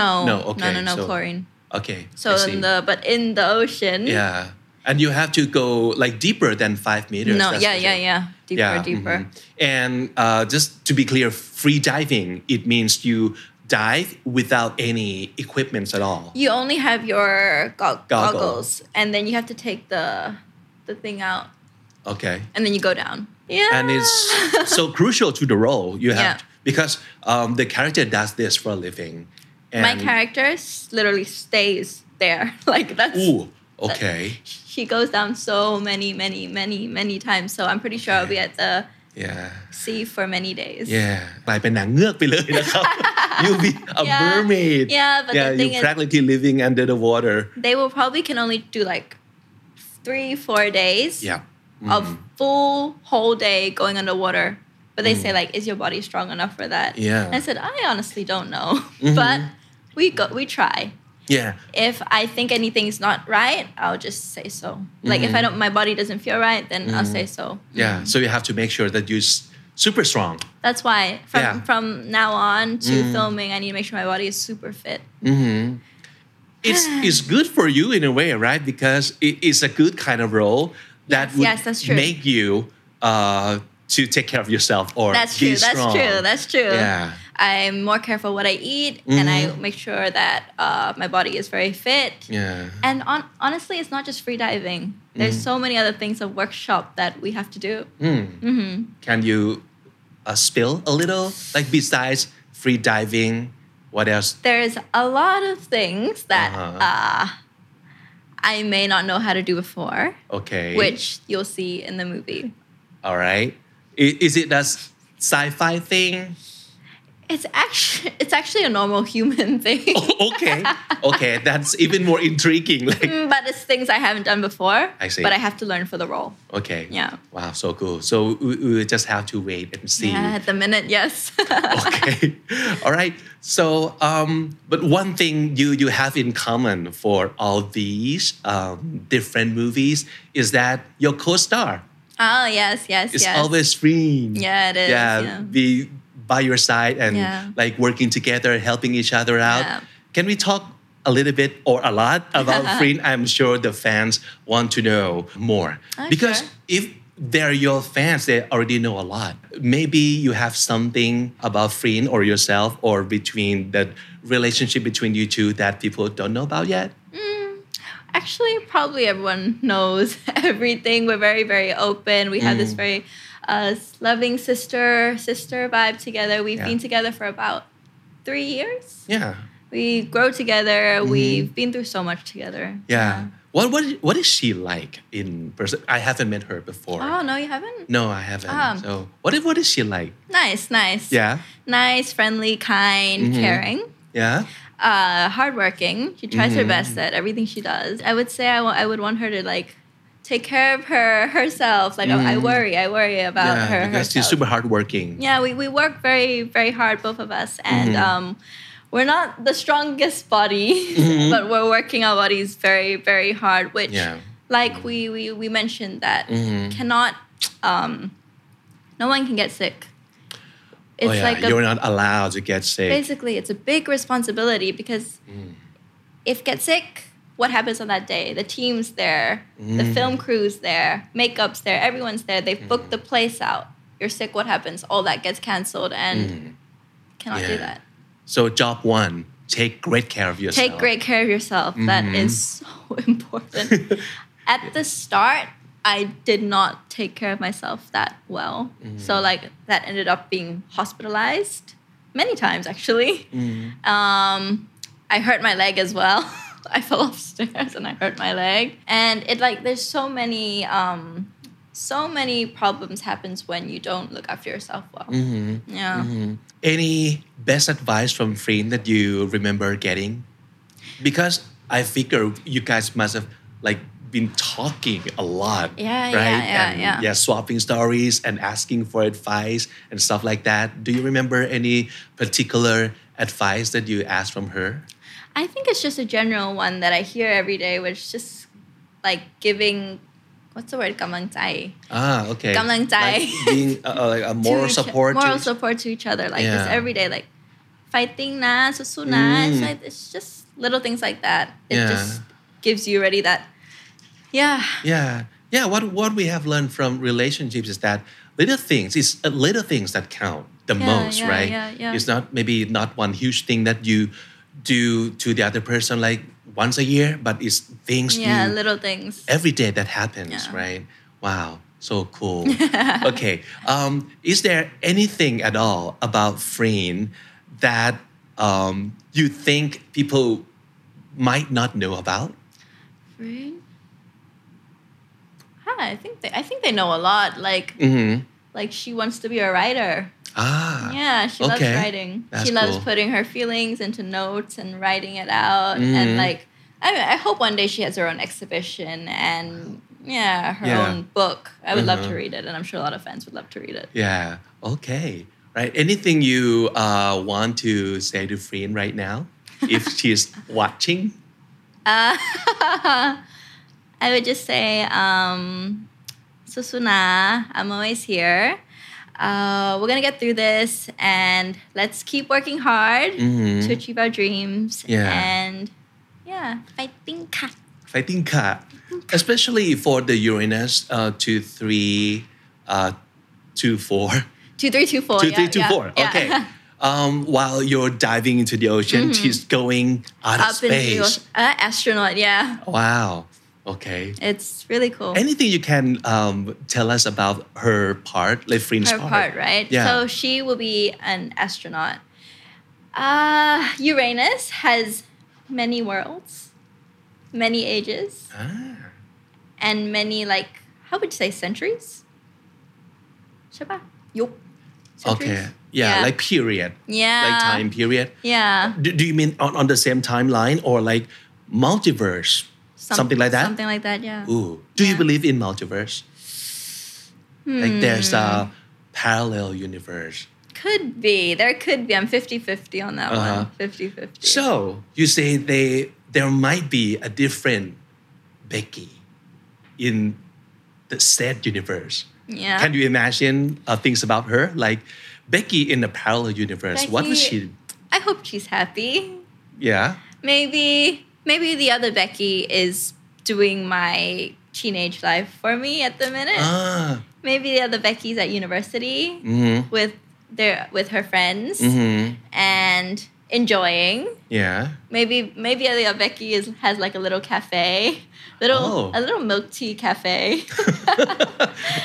Speaker 4: No,
Speaker 3: No, okay,
Speaker 4: no, no, no
Speaker 3: so-
Speaker 4: chlorine.
Speaker 3: Okay.
Speaker 4: So
Speaker 3: I see.
Speaker 4: in the but in the ocean,
Speaker 3: yeah, and you have to go like deeper than five meters.
Speaker 4: no,
Speaker 3: that's
Speaker 4: yeah,
Speaker 3: for
Speaker 4: yeah,
Speaker 3: sure.
Speaker 4: yeah, deeper, deeper.
Speaker 3: mhm. And uh, just to be clear, free diving it means you dive without any equipment at all.
Speaker 4: You only have your go-
Speaker 3: Goggle.
Speaker 4: goggles, and then you have to take the the thing out,
Speaker 3: Okay.
Speaker 4: and then you go down. Yeah,
Speaker 3: And it's so crucial to the role you have
Speaker 4: Yeah.
Speaker 3: to- because um, the character does this for a living. And
Speaker 4: my character s- literally stays there. like that's
Speaker 3: Ooh, okay.
Speaker 4: she goes down so many, many, many, many times. So I'm pretty sure I'll be at the
Speaker 3: Yeah.
Speaker 4: sea for many days.
Speaker 3: Yeah. กลายเป็นนางเงือกไปเลย นะครับ You be a
Speaker 4: Yeah.
Speaker 3: mermaid.
Speaker 4: Yeah, but the
Speaker 3: yeah, you
Speaker 4: thing is-
Speaker 3: practically living under the water.
Speaker 4: They will probably can only do like three, four days
Speaker 3: Yeah. Mm.
Speaker 4: of full whole day going underwater. But they say like, is your body strong enough for that?
Speaker 3: Mm. Yeah. Mm-hmm.
Speaker 4: And I said, I honestly don't know, but we go, we try.
Speaker 3: Yeah.
Speaker 4: If I think anything's not right, I'll just say so. Like if I don't, my body doesn't feel right, then I'll say so.
Speaker 3: Mm-hmm. Yeah. So you have to make sure that you're s- super strong.
Speaker 4: That's why from
Speaker 3: Yeah. Mm.
Speaker 4: from now on to filming, I need to make sure my body is super fit.
Speaker 3: Mm-hmm. It's it's good for you in a way, right? Because it is a good kind of role that
Speaker 4: Yes,
Speaker 3: would
Speaker 4: yes, that's true.
Speaker 3: make you uh, to take care of yourself or
Speaker 4: That's
Speaker 3: be
Speaker 4: true. That's
Speaker 3: strong.
Speaker 4: true. That's true.
Speaker 3: Yeah. Mm-hmm.
Speaker 4: I'm more careful what I eat, and I make sure that uh, my body is very fit.
Speaker 3: Yeah.
Speaker 4: And on, honestly, it's not just free diving. There's
Speaker 3: Mm.
Speaker 4: so many other things of workshop that we have to do.
Speaker 3: Can you uh, spill a little? Like besides free diving, what else?
Speaker 4: There's a lot of things that
Speaker 3: Uh-huh.
Speaker 4: uh, I may not know how to do before,
Speaker 3: Okay.
Speaker 4: which you'll see in the movie.
Speaker 3: All right. I- Is it a s- sci-fi thing?
Speaker 4: It's actually it's actually a normal human thing.
Speaker 3: Okay. Okay. That's even more intriguing. Like,
Speaker 4: Mm, but it's things I haven't done before.
Speaker 3: I see.
Speaker 4: But I have to learn for the role.
Speaker 3: okay.
Speaker 4: Yeah.
Speaker 3: Wow. So cool. So we, we will just have to wait and see. Oh.
Speaker 4: Yeah, at the minute, yes.
Speaker 3: Okay. all right. So, um, but one thing you you have in common for all these um, different movies is that your co-star
Speaker 4: oh yes, yes,
Speaker 3: is
Speaker 4: yes.
Speaker 3: always free.
Speaker 4: Yeah, it is,
Speaker 3: Yeah.
Speaker 4: yeah.
Speaker 3: Be by your side and
Speaker 4: Yeah.
Speaker 3: like working together, helping each other out.
Speaker 4: Yeah.
Speaker 3: Can we talk a little bit or a lot about Freen? I'm sure the fans want to know more.
Speaker 4: Ah,
Speaker 3: because
Speaker 4: sure.
Speaker 3: if they're your fans, they already know a lot. Maybe you have something about Freen or yourself or between that relationship between you two that people don't know about yet.
Speaker 4: Actually, probably everyone knows everything. We're very, very open. We have
Speaker 3: Mm.
Speaker 4: this very uh, loving sister sister vibe together. We've
Speaker 3: Yeah.
Speaker 4: been together for about three years.
Speaker 3: Yeah.
Speaker 4: We grow together. We've been through so much together.
Speaker 3: Mm-hmm. Yeah. What what what is she like in person? I haven't met her before.
Speaker 4: Oh no, you haven't.
Speaker 3: No, I haven't.
Speaker 4: Um,
Speaker 3: so what is what is she like?
Speaker 4: Nice, nice.
Speaker 3: Yeah. Mm-hmm.
Speaker 4: Nice, friendly, kind, caring.
Speaker 3: Yeah.
Speaker 4: uh, hardworking. She tries
Speaker 3: Mm-hmm.
Speaker 4: her best at everything she does. I would say I wa- I would want her to like take care of her herself. Like I I worry, I worry about
Speaker 3: Mm. yeah.
Speaker 4: her.
Speaker 3: because she's
Speaker 4: herself.
Speaker 3: super hardworking.
Speaker 4: yeah, we, we work very very hard, both of us, and
Speaker 3: Mm-hmm.
Speaker 4: um, we're not the strongest body, but we're working our bodies very very hard. Which,
Speaker 3: Mm-hmm. Yeah. Mm-hmm.
Speaker 4: like we, we we mentioned that cannot, um, no one can get sick. It's
Speaker 3: oh, yeah.
Speaker 4: like a
Speaker 3: You're not allowed to get sick.
Speaker 4: basically it's a big responsibility because
Speaker 3: Mm.
Speaker 4: if get sick what happens on that day the team's there the
Speaker 3: Mm-hmm.
Speaker 4: film crew's there makeup's there everyone's there they've booked
Speaker 3: Mm-hmm.
Speaker 4: the place out you're sick what happens all that gets canceled
Speaker 3: Mm-hmm.
Speaker 4: and cannot do
Speaker 3: Yeah.
Speaker 4: that
Speaker 3: So job one, take great care of yourself.
Speaker 4: take great care of yourself That is so important at the start i did not take care of myself that well so like that ended up being hospitalized many times actually
Speaker 3: Mm-hmm.
Speaker 4: um, i hurt my leg as well i fell off stairs and i hurt my leg and it like there's so many um, so many problems happens when you don't look after yourself well
Speaker 3: Mm. Mm-hmm.
Speaker 4: yeah
Speaker 3: Any best advice from Freen that you remember getting? Because I figure you guys must have like been talking a lot,
Speaker 4: Yeah, yeah,
Speaker 3: right?
Speaker 4: yeah,
Speaker 3: and
Speaker 4: yeah.
Speaker 3: swapping stories and asking for advice and stuff like that. Do you remember any particular advice that you asked from her?
Speaker 4: I think it's just a general one that I hear every day, which is just like giving, what's the word, "กำลังใจ."
Speaker 3: Ah, okay.
Speaker 4: กำลังใจ
Speaker 3: Like being a, a, like a
Speaker 4: to
Speaker 3: moral
Speaker 4: each-
Speaker 3: support. to
Speaker 4: moral
Speaker 3: each-
Speaker 4: support to each other, like just
Speaker 3: Yeah.
Speaker 4: every day, like fighting na, susu na. It's
Speaker 3: Mm.
Speaker 4: like it's just little things like that. It
Speaker 3: Yeah.
Speaker 4: just gives you already that. Yeah,
Speaker 3: Yeah. Yeah. What what we have learned from relationships is that little things is uh, little things that count the
Speaker 4: Yeah,
Speaker 3: most,
Speaker 4: yeah,
Speaker 3: right?
Speaker 4: yeah, yeah.
Speaker 3: It's not maybe not one huge thing that you do to the other person like once a year, but it's things
Speaker 4: yeah,
Speaker 3: you
Speaker 4: little things.
Speaker 3: every day that happens,
Speaker 4: Yeah.
Speaker 3: right? Wow, so cool. okay, um, is there anything at all about freeing that um, you think people might not know about?
Speaker 4: Right? Huh, I think they, I think they know a lot. Like
Speaker 3: Mm-hmm.
Speaker 4: like she wants to be a writer.
Speaker 3: Ah,
Speaker 4: Yeah, she loves
Speaker 3: okay.
Speaker 4: writing.
Speaker 3: That's
Speaker 4: she loves
Speaker 3: cool.
Speaker 4: putting her feelings into notes and writing it out. And
Speaker 3: Mhm.
Speaker 4: like, I, I hope one day she has her own exhibition and yeah, her
Speaker 3: Yeah.
Speaker 4: own book. I would love to
Speaker 3: Uh-huh.
Speaker 4: read it, and I'm sure a lot of fans would love to read it.
Speaker 3: yeah. Okay, right. Anything you uh, want to say to Freen right now, if she's watching?
Speaker 4: Uh, I would just say, um, Susuna, I'm always here. Uh, we're gonna get through this, and let's keep working hard
Speaker 3: Mhm.
Speaker 4: to achieve our dreams.
Speaker 3: Yeah.
Speaker 4: And yeah, fighting cut.
Speaker 3: fighting car, uh, especially for the Uranus uh, two three, uh, two four,
Speaker 4: Two three two four.
Speaker 3: two
Speaker 4: Oh, yeah,
Speaker 3: three two
Speaker 4: yeah,
Speaker 3: four.
Speaker 4: yeah.
Speaker 3: Okay. Um, while you're diving into the ocean, she's going out of
Speaker 4: Mm-hmm. Up in the
Speaker 3: space.
Speaker 4: ocean. Uh, astronaut. Yeah,
Speaker 3: wow. Okay.
Speaker 4: it's really cool.
Speaker 3: Anything you can um, tell us about her part, like Freen's
Speaker 4: her part, right?
Speaker 3: Yeah.
Speaker 4: So she will be an astronaut. Uh, Uranus has many worlds, many ages,
Speaker 3: Ah,
Speaker 4: and many like how would you say centuries? Shaba. Yup.
Speaker 3: okay. Yeah,
Speaker 4: Yeah.
Speaker 3: like period,
Speaker 4: Yeah.
Speaker 3: like time period.
Speaker 4: Yeah.
Speaker 3: Do, do you mean on, on the same timeline or like multiverse,
Speaker 4: Some-
Speaker 3: something like that?
Speaker 4: Something like that. Yeah.
Speaker 3: Ooh. Do you
Speaker 4: Yeah.
Speaker 3: believe in multiverse? Like there's a
Speaker 4: Hmm.
Speaker 3: parallel universe.
Speaker 4: Could be. There could be. I'm 50-50 on that
Speaker 3: Uh-huh.
Speaker 4: one. 50-50.
Speaker 3: So you say they there might be a different Becky in the said universe.
Speaker 4: yeah.
Speaker 3: Can you imagine uh, things about her? Like Becky in the parallel universe. What was
Speaker 4: Becky-
Speaker 3: she?
Speaker 4: I hope she's happy.
Speaker 3: Yeah.
Speaker 4: Maybe maybe the other Becky is doing my teenage life for me at the minute.
Speaker 3: Ah.
Speaker 4: maybe the other Becky's at university
Speaker 3: Mm-hmm.
Speaker 4: with their with her friends
Speaker 3: Mm-hmm.
Speaker 4: and enjoying.
Speaker 3: Yeah.
Speaker 4: Maybe maybe the other Becky is has like a little cafe, little
Speaker 3: Oh.
Speaker 4: a little milk tea cafe.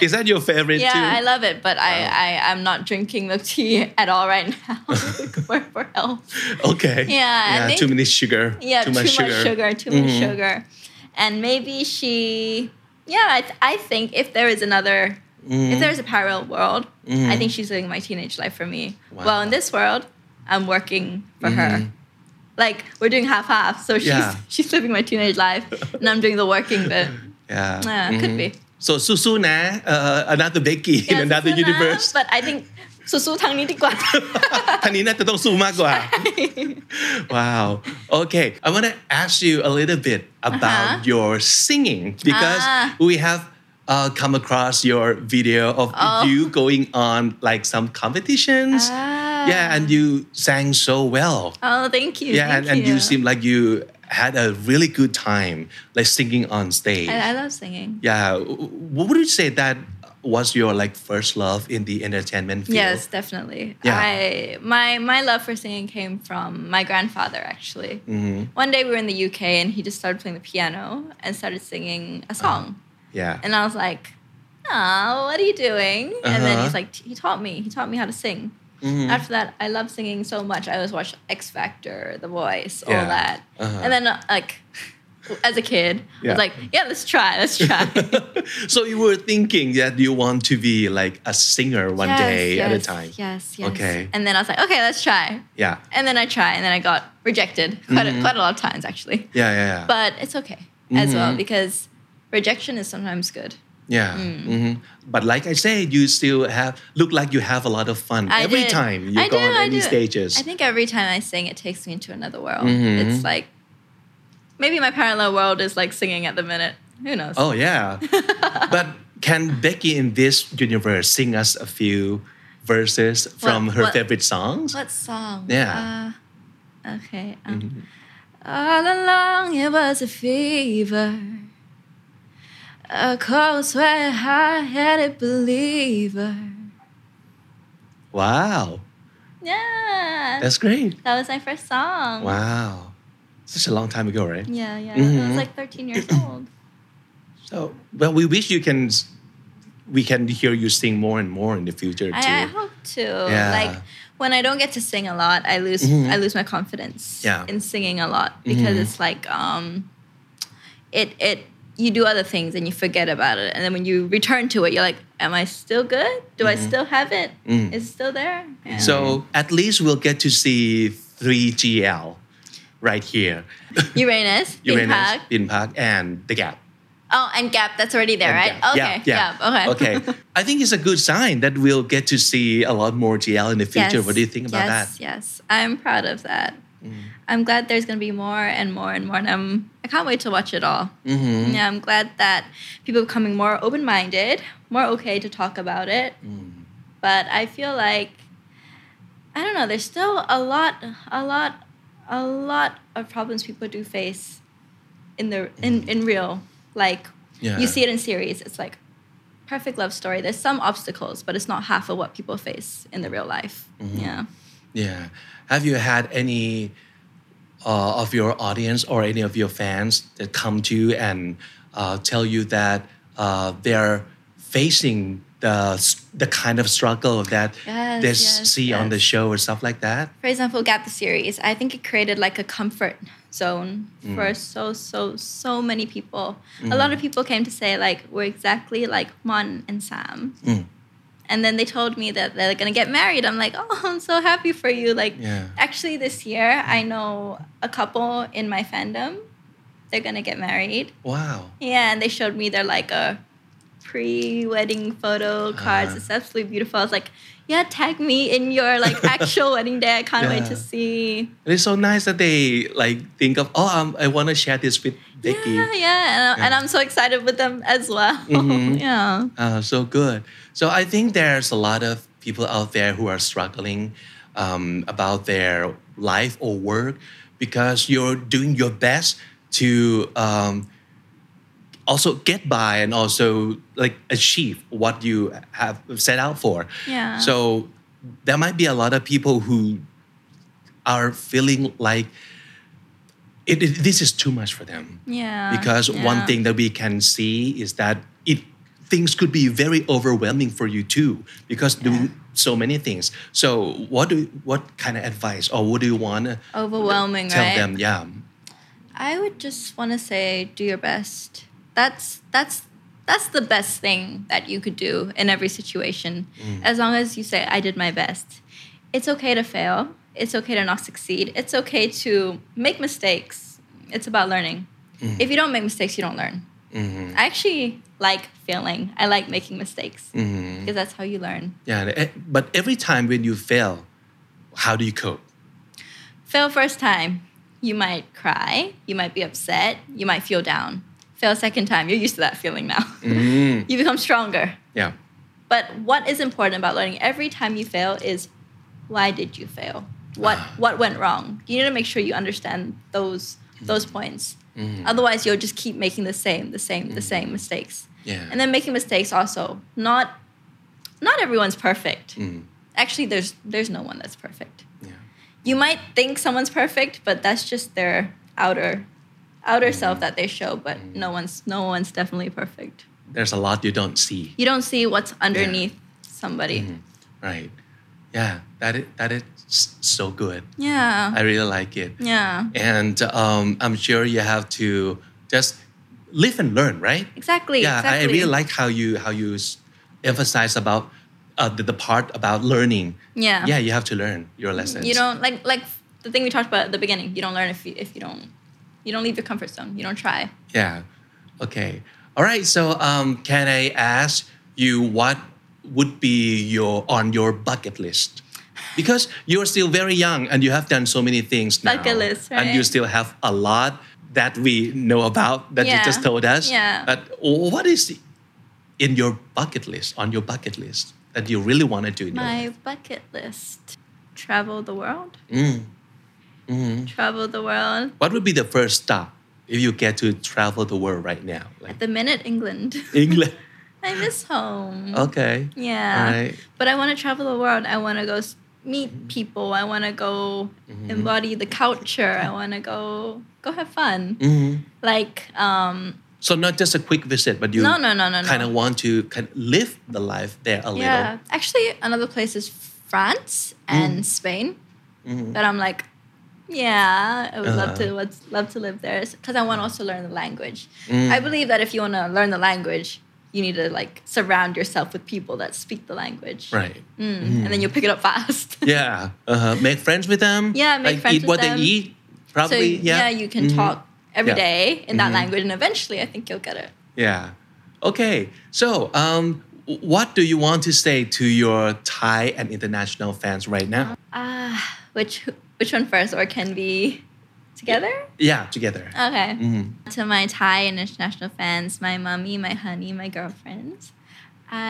Speaker 3: Is that your favorite
Speaker 4: yeah,
Speaker 3: too?
Speaker 4: I love it, but I,
Speaker 3: Wow.
Speaker 4: I I'm not drinking milk tea at all right now for, for health.
Speaker 3: okay.
Speaker 4: Yeah, I
Speaker 3: Yeah.
Speaker 4: think-
Speaker 3: too many sugar.
Speaker 4: Yeah,
Speaker 3: Too much sugar. Mm-hmm.
Speaker 4: too much sugar. And maybe she, yeah, I, I think if there is another,
Speaker 3: Mm-hmm.
Speaker 4: if there's a parallel world, I think she's living my teenage life for me.
Speaker 3: Wow. Mm-hmm.
Speaker 4: Well, in this world, I'm working for her. Like we're doing half half, so she's
Speaker 3: Yeah.
Speaker 4: she's living my teenage life, and I'm doing the working bit.
Speaker 3: Yeah.
Speaker 4: Yeah, could be.
Speaker 3: So Susu na, uh, another Becky Mm-hmm. in
Speaker 4: Yeah,
Speaker 3: another
Speaker 4: Susu na,
Speaker 3: universe.
Speaker 4: But I think Susu Tang Niti
Speaker 3: ท่านนี้น่าจะต้องสู้มากกว่า Wow. Okay. I want to ask you a little bit about
Speaker 4: Uh-huh.
Speaker 3: your singing because
Speaker 4: Ah.
Speaker 3: we have uh, come across your video of
Speaker 4: Oh. Ah.
Speaker 3: you going on like some competitions. Yeah, and you sang so well.
Speaker 4: Oh, thank you.
Speaker 3: yeah,
Speaker 4: thank
Speaker 3: and, and you seem like you had a really good time like singing on stage.
Speaker 4: I, I love singing.
Speaker 3: Yeah. What would you say that was your like first love in the entertainment field?
Speaker 4: Yes, definitely.
Speaker 3: Yeah.
Speaker 4: I my my love for singing came from my grandfather actually.
Speaker 3: Mm-hmm,
Speaker 4: One day we were in the UK and he just started playing the piano and started singing
Speaker 3: Uh-huh.
Speaker 4: a song.
Speaker 3: Yeah.
Speaker 4: And I was like, "Ah, what are you doing?" And then
Speaker 3: Uh-huh.
Speaker 4: he's like he taught me. He taught me how to sing.
Speaker 3: Mm-hmm.
Speaker 4: After that, I love singing so much. I always watch X Factor, The Voice, all
Speaker 3: Yeah.
Speaker 4: that.
Speaker 3: Uh-huh.
Speaker 4: And then uh, like as a kid, I
Speaker 3: Yeah.
Speaker 4: was like, "Yeah, let's try. Let's try."
Speaker 3: so you were thinking that you want to be like a singer one
Speaker 4: Yes,
Speaker 3: day at a
Speaker 4: yes,
Speaker 3: time.
Speaker 4: Yes, yes.
Speaker 3: Okay.
Speaker 4: And then I was like, "Okay, let's try."
Speaker 3: Yeah.
Speaker 4: And then I try, and then I got
Speaker 3: Mm-hmm.
Speaker 4: rejected quite, a, quite a lot of times, actually.
Speaker 3: Yeah, yeah, yeah. Mm-hmm.
Speaker 4: But it's okay as well because rejection is sometimes good.
Speaker 3: Yeah.
Speaker 4: Hmm.
Speaker 3: Mhm. But like I said, you still have look like you have a lot of fun
Speaker 4: I
Speaker 3: every
Speaker 4: did.
Speaker 3: time you
Speaker 4: I
Speaker 3: go
Speaker 4: do,
Speaker 3: on
Speaker 4: I
Speaker 3: any
Speaker 4: do.
Speaker 3: stages. Mm-hmm.
Speaker 4: I think every time I sing, it takes me into another world. It's like maybe my parallel world is like singing at the minute. Who knows?
Speaker 3: oh yeah. but can Becky in this universe sing us a few verses from her
Speaker 4: what-
Speaker 3: favorite songs?
Speaker 4: What song?
Speaker 3: Yeah. Mm-hmm.
Speaker 4: Uh, okay. Um, All along it was a fever, a cold sweat, high-headed believer.
Speaker 3: Wow.
Speaker 4: Yeah.
Speaker 3: That's great.
Speaker 4: that was my first song.
Speaker 3: Wow. Mm-hmm. Such a long time ago, right?
Speaker 4: Yeah, yeah. I was like 13 years old.
Speaker 3: So, well, we wish you can, we can hear you sing more and more in the future too.
Speaker 4: I, I hope to.
Speaker 3: Yeah. Mm-hmm.
Speaker 4: Like when I don't get to sing a lot, I lose I lose my confidence
Speaker 3: Yeah. Mm-hmm.
Speaker 4: in singing a lot because it's like um, it it you do other things and you forget about it, and then when you return to it, you're like, am I still good? Do I still have it? It's still there. Yeah.
Speaker 3: Mm-hmm. Mm. so at least we'll get to see 3GL right here.
Speaker 4: Uranus, impact.
Speaker 3: Bin Park, and The Gap.
Speaker 4: Oh, and Gap, that's already there, right?
Speaker 3: Gap.
Speaker 4: Okay,
Speaker 3: Yeah, yeah.
Speaker 4: Gap, okay.
Speaker 3: Okay. I think it's a good sign that we'll get to see a lot more GL in the future.
Speaker 4: Yes,
Speaker 3: What do you think about
Speaker 4: yes,
Speaker 3: that? Mm.
Speaker 4: Yes, I'm proud of that. I'm glad there's going to be more and more and more, and I'm I can't wait to watch it all. Mm-hmm. Yeah, I'm glad that people are becoming more open-minded, more okay to talk about it. But I feel like I don't know. There's still a lot, a lot, a lot of problems people do face in the in in real. Like
Speaker 3: Yeah.
Speaker 4: you see it in series. It's like perfect love story. There's some obstacles, but it's not half of what people face in the real life. Yeah.
Speaker 3: Yeah. Have you had any uh, of your audience or any of your fans that come to you and uh, tell you that uh, they're facing the s- the kind of struggle that
Speaker 4: Yes,
Speaker 3: they
Speaker 4: yes,
Speaker 3: see on the
Speaker 4: yes.
Speaker 3: show or stuff like that?
Speaker 4: For example, Gap the series. I think it created like a comfort zone
Speaker 3: Mm.
Speaker 4: for so so so many people. A
Speaker 3: Mm-hmm.
Speaker 4: lot of people came to say like we're exactly like Mon and Sam.
Speaker 3: Mm,
Speaker 4: And then they told me that they're gonna get married. I'm like, oh, I'm so happy for you. Like,
Speaker 3: Yeah.
Speaker 4: actually, this year I know a couple in my fandom. They're gonna get married.
Speaker 3: Wow.
Speaker 4: Yeah, and they showed me their like a pre-wedding photo cards.
Speaker 3: Uh-huh.
Speaker 4: It's absolutely beautiful. I was like, yeah, tag me in your like actual wedding day. I can't wait
Speaker 3: Yeah.
Speaker 4: to see.
Speaker 3: And it's so nice that they like think of oh um, I want to share this with Becky.
Speaker 4: Yeah, yeah. And, I- and I'm so excited with them as well. yeah.
Speaker 3: Uh, so good. So I think there's a lot of people out there who are struggling um, about their life or work because you're doing your best to um, also get by and also like achieve what you have set out for.
Speaker 4: Yeah.
Speaker 3: So there might be a lot of people who are feeling like it, it- this is too much for them
Speaker 4: Yeah.
Speaker 3: because one
Speaker 4: Uh, yeah.
Speaker 3: thing that we can see is that it things could be very overwhelming for you too because doing so many things so what do what kind of advice or what do you want to
Speaker 4: overwhelming,
Speaker 3: tell
Speaker 4: right?
Speaker 3: them yeah
Speaker 4: I would just want to say do your best. That's that's that's the best thing that you could do in every situation. As long as you say I did my best. It's okay to fail. It's okay to not succeed. It's okay to make mistakes. It's about learning. If you don't make mistakes, you don't learn. I actually like failing. I like making mistakes because that's how you learn.
Speaker 3: yeah and e- but every time when you fail how do you cope
Speaker 4: Fail first time, you might cry, you might be upset, you might feel down. Fail second time, you're used to that feeling now.
Speaker 3: Mm.
Speaker 4: you become stronger.
Speaker 3: yeah
Speaker 4: But what is important about learning every time you fail is why did you fail? What what went wrong? You need to make sure you understand those those points. Otherwise, you'll just keep making the same, the same, the same mistakes.
Speaker 3: Yeah.
Speaker 4: And then making mistakes also. Not not everyone's
Speaker 3: Mm.
Speaker 4: perfect. Actually, there's there's no one that's perfect.
Speaker 3: Yeah.
Speaker 4: You might think someone's perfect, but that's just their outer outer self that they show, but no one's no one's definitely perfect
Speaker 3: there's a lot you don't see
Speaker 4: you don't see what's underneath somebody.
Speaker 3: Mm-hmm. right yeah that is that is s- so good
Speaker 4: Uh-huh. Yeah.
Speaker 3: i really like it
Speaker 4: yeah.
Speaker 3: and um, i'm sure you have to just live and learn right
Speaker 4: Exactly.
Speaker 3: yeah
Speaker 4: exactly.
Speaker 3: i really like how you how you s- emphasize about uh, the, the part about learning
Speaker 4: Yeah.
Speaker 3: yeah you have to learn your lessons
Speaker 4: You don't like like the thing we talked about at the beginning. You don't learn if you if you don't you don't leave your comfort zone. You don't try.
Speaker 3: yeah okay All right. So, um, can I ask you what would be your on your bucket list? Because you're still very young and you have done so many things now.
Speaker 4: Bucket list,
Speaker 3: And you
Speaker 4: right.
Speaker 3: still have a lot that we know about that you
Speaker 4: Yeah.
Speaker 3: just told us.
Speaker 4: Yeah.
Speaker 3: But what is in your bucket list, on your bucket list, that you really want to do in your life?
Speaker 4: My bucket list travel the world.
Speaker 3: Mm. Mm-hmm.
Speaker 4: Travel the world.
Speaker 3: What would be the first stop if you get to travel the world right now? Like
Speaker 4: At the minute, England.
Speaker 3: England.
Speaker 4: I miss home.
Speaker 3: Oh, Okay.
Speaker 4: Yeah.
Speaker 3: All right.
Speaker 4: But I want to travel the world. I want to go s-
Speaker 3: Mm-hmm.
Speaker 4: meet people. I want to go embody the culture. I want to go go have fun.
Speaker 3: Mm-hmm.
Speaker 4: Like um
Speaker 3: So not just a quick visit, but you
Speaker 4: No, no, no, no, no.
Speaker 3: kind of want to kind of live the life there a
Speaker 4: yeah.
Speaker 3: little.
Speaker 4: Actually, another place is France
Speaker 3: Mm.
Speaker 4: and Spain.
Speaker 3: Mm-hmm.
Speaker 4: But I'm like yeah, I would love
Speaker 3: Uh-huh.
Speaker 4: to would love to live there because I
Speaker 3: Mm.
Speaker 4: want to also learn the language. I believe that if you want to learn the language, you need to like surround yourself with people that speak the language.
Speaker 3: Right.
Speaker 4: Mm, And then you'll pick it up fast.
Speaker 3: Yeah. Uh-huh. Make friends with them.
Speaker 4: Yeah, make
Speaker 3: like
Speaker 4: friends
Speaker 3: eat
Speaker 4: with
Speaker 3: what
Speaker 4: them.
Speaker 3: they eat.
Speaker 4: so
Speaker 3: Probably. yeah. Mm-hmm.
Speaker 4: yeah. you can talk every
Speaker 3: Yeah. Mm-hmm.
Speaker 4: day in that language, and eventually, I think you'll get it.
Speaker 3: Yeah. Okay. So, um, what do you want to say to your Thai and international fans right now?
Speaker 4: Ah, which which one first, or can be together?
Speaker 3: Yeah, together. Mm-hmm.
Speaker 4: Okay. To my Thai and international fans, my mommy, my honey, my girlfriends,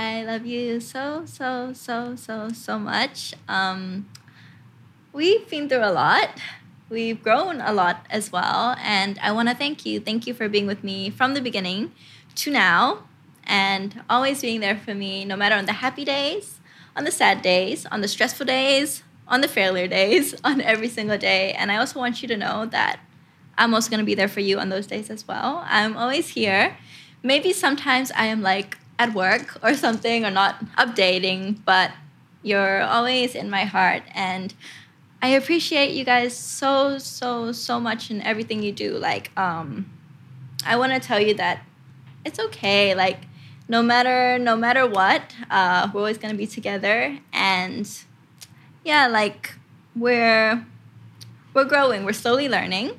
Speaker 4: I love you so so so so so much. Um, we've been through a lot. We've grown a lot as well, and I want to thank you. Thank you for being with me from the beginning to now, and always being there for me, no matter on the happy days, on the sad days, on the stressful days, on the failure days, on every single day. And I also want you to know that I'm also going to be there for you on those days as well. I'm always here. Maybe sometimes I am like at work or something or not updating, but you're always in my heart. And I appreciate you guys so, so, so much in everything you do. Like, um, I want to tell you that it's okay. Like, no matter no matter what, uh, we're always gonna be together. And yeah, like we're we're growing. We're slowly learning.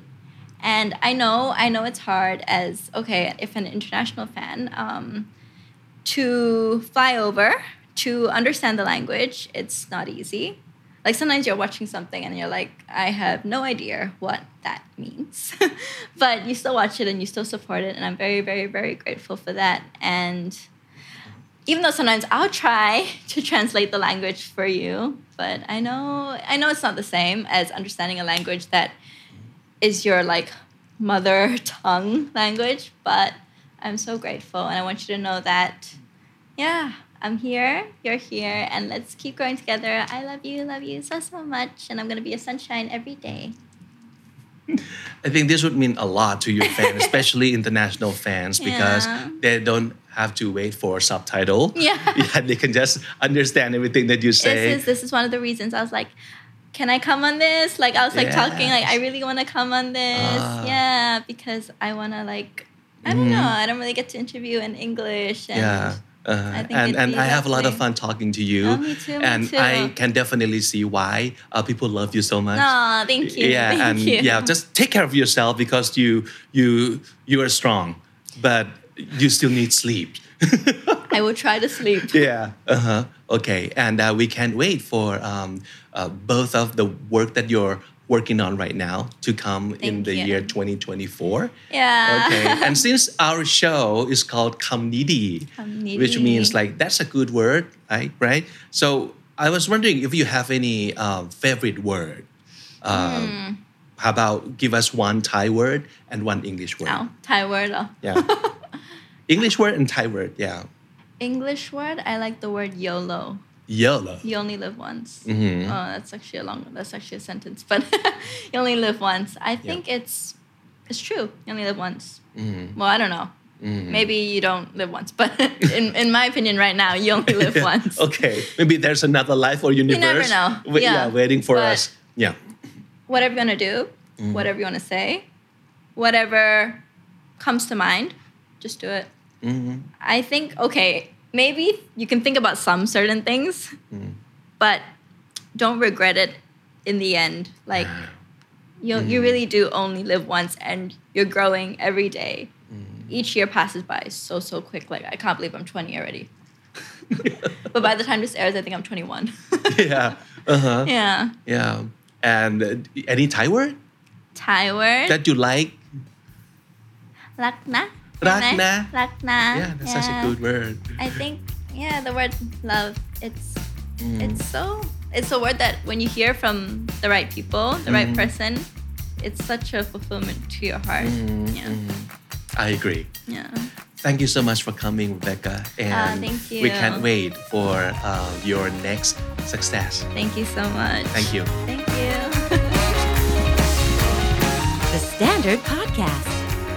Speaker 4: And I know, I know it's hard as okay, if an international fan um, to fly over to understand the language, it's not easy. Like sometimes you're watching something and you're like, I have no idea what that means, but you still watch it and you still support it, and I'm very, very, very grateful for that. And even though sometimes I'll try to translate the language for you, but I know, I know it's not the same as understanding a language that is your like mother tongue language, but I'm so grateful and I want you to know that yeah, I'm here, you're here, and let's keep growing together. I love you, love you so so much, and I'm gonna be a sunshine every day.
Speaker 3: I think this would mean a lot to your fans, especially international fans, because
Speaker 4: Yeah.
Speaker 3: they don't have to wait for a subtitle.
Speaker 4: Yeah.
Speaker 3: they can just understand everything that you say.
Speaker 4: This is this is one of the reasons I was like, can I come on this? Like I was like talking, like I really want to come on this.
Speaker 3: Ah. Mm-hmm.
Speaker 4: Yeah, because I want to like I don't know, I don't really get to interview in English and
Speaker 3: yeah. Uh,
Speaker 4: I think
Speaker 3: and
Speaker 4: it'd
Speaker 3: and
Speaker 4: be
Speaker 3: I have a lot of
Speaker 4: lovely.
Speaker 3: fun talking to you,
Speaker 4: Oh, me too, me
Speaker 3: and
Speaker 4: too.
Speaker 3: I can definitely see why uh, people love you so much.
Speaker 4: Aw, thank you.
Speaker 3: Yeah,
Speaker 4: thank
Speaker 3: and
Speaker 4: you.
Speaker 3: yeah, just take care of yourself because you you you are strong, but you still need sleep.
Speaker 4: I will try to sleep.
Speaker 3: Yeah. Uh huh. Okay, and uh, we can't wait for um, uh, both of the work that you're working on right now to come in
Speaker 4: Thank
Speaker 3: the
Speaker 4: you.
Speaker 3: year 2024.
Speaker 4: Yeah.
Speaker 3: Okay, and since our show is called Kamnidi,
Speaker 4: Kamnidi.
Speaker 3: which means like that's a good word, right? Right. So I was wondering if you have any um, favorite word. Um,
Speaker 4: Hmm.
Speaker 3: How about give us one Thai word and one English word?
Speaker 4: Wow, Thai word. Oh.
Speaker 3: Yeah. English word and Thai word. Yeah.
Speaker 4: English word, I like the word YOLO.
Speaker 3: YOLO.
Speaker 4: You only live once.
Speaker 3: Mm-hmm.
Speaker 4: Oh, that's actually a long. That's actually a sentence, but you only live once. I think it's it's true. You only live once.
Speaker 3: Mm-hmm.
Speaker 4: Well, I don't know. Maybe you don't live once, but in in my opinion, right now, you only live once.
Speaker 3: Okay. Maybe there's another life or universe.
Speaker 4: never know.
Speaker 3: wai-
Speaker 4: Yeah.
Speaker 3: waiting for
Speaker 4: But-
Speaker 3: us. Yeah.
Speaker 4: Whatever you wanna do, whatever you wanna say, whatever comes to mind, just do it. I think okay, maybe you can think about some certain things, but don't regret it in the end. Like you, you really do only live once, and you're growing every day. each year passes by so so quick. Like I can't believe I'm 20 already. but by the time this airs, I think I'm 21.
Speaker 3: yeah. Uh-huh.
Speaker 4: yeah.
Speaker 3: Yeah. And uh, any Thai word
Speaker 4: Thai word.
Speaker 3: that you like?
Speaker 4: Lakna.
Speaker 3: Rakna.
Speaker 4: Lakna.
Speaker 3: Yeah, that's such a good word.
Speaker 4: I think yeah, the word love. It's
Speaker 3: Mm.
Speaker 4: it's so it's a word that when you hear from the right people, the
Speaker 3: Mm.
Speaker 4: right person, it's such a fulfillment to your heart.
Speaker 3: Mm,
Speaker 4: Yeah,
Speaker 3: I agree.
Speaker 4: yeah.
Speaker 3: Thank you so much for coming, Rebecca. And
Speaker 4: thank you.
Speaker 3: we can't wait for uh, your next success.
Speaker 4: Thank you so much.
Speaker 3: Thank you.
Speaker 4: Thank you.
Speaker 1: The Standard Podcast,